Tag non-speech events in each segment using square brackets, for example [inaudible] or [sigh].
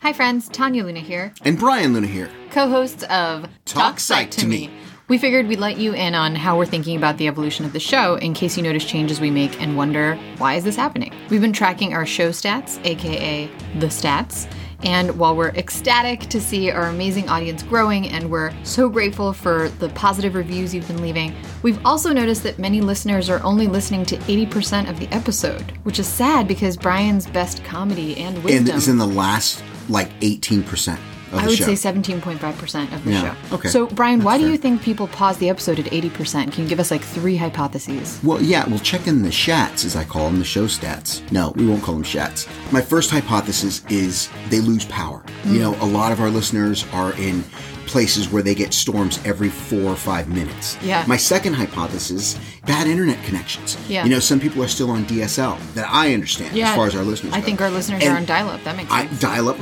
Hi, friends. Tanya Luna here, And Brian Luna here. co hosts of Talk, Psych to Me. We figured we'd let you in on how we're thinking about the evolution of the show in case you notice changes we make and wonder why is this happening. We've been tracking our show stats, aka the stats, and while we're ecstatic to see our amazing audience growing and we're so grateful for the positive reviews you've been leaving, we've also noticed that many listeners are only listening to 80% of the episode, which is sad because Brian's best comedy and And wisdom it's in the last like 18% of the I would show. say 17.5% of the Yeah, show. okay. So, Brian, why That's do you fair. think people pause the episode at 80%? Can you give us like three hypotheses? Well, yeah, we'll check in the shats, as I call them, the show stats. No, we won't call them shats. My first hypothesis is they lose power. Mm. You know, a lot of our listeners are in places where they get storms every four or five minutes. Yeah. My second hypothesis, bad internet connections. Yeah. You know, some people are still on DSL that I understand as far as our listeners I go. think our listeners And are on dial up. That makes I sense. dial up.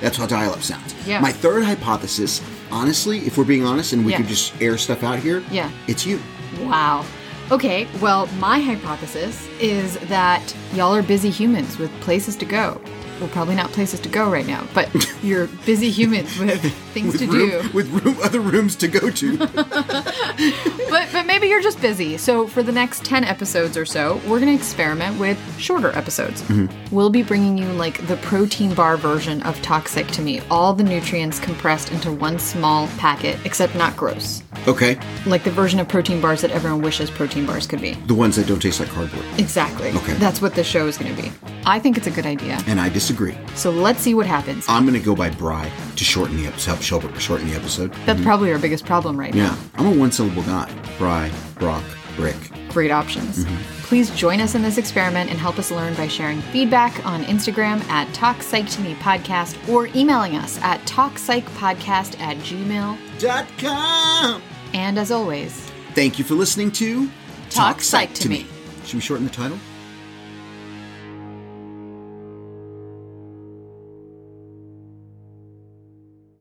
That's how dial up sounds. Yeah. My third hypothesis, honestly, if we're being honest and we Yeah. could just air stuff out here, Yeah. it's you. wow. Okay, well, my hypothesis is that y'all are busy humans with places to go. Well, probably not places to go right now, [laughs] but you're busy humans with things to room, do. With room, [laughs] other rooms to go to. But, but maybe you're just busy. So, for the next 10 episodes or so, we're going to experiment with shorter episodes. Mm-hmm. We'll be bringing you like the protein bar version of Toxic to Me, all the nutrients compressed into one small packet, except not gross. okay. Like the version of protein bars that everyone wishes protein bars could be. The ones that don't taste like cardboard. Exactly. Okay. That's what this show is going to be. I think it's a good idea. And I disagree. So, let's see what happens. I'm going to go by Bry to shorten the episode. Help shorten the episode. That's probably our biggest problem right mm-hmm. Yeah. I'm a one syllable guy. Bry, Brock, Brick. now. Great options. Please join us in this experiment and help us learn by sharing feedback on Instagram at Talk Psych to Me Podcast or emailing us at TalkPsychPodcast at gmail. Dot com. And as always, Thank you for listening to Talk Psych to Me. Should we shorten the title?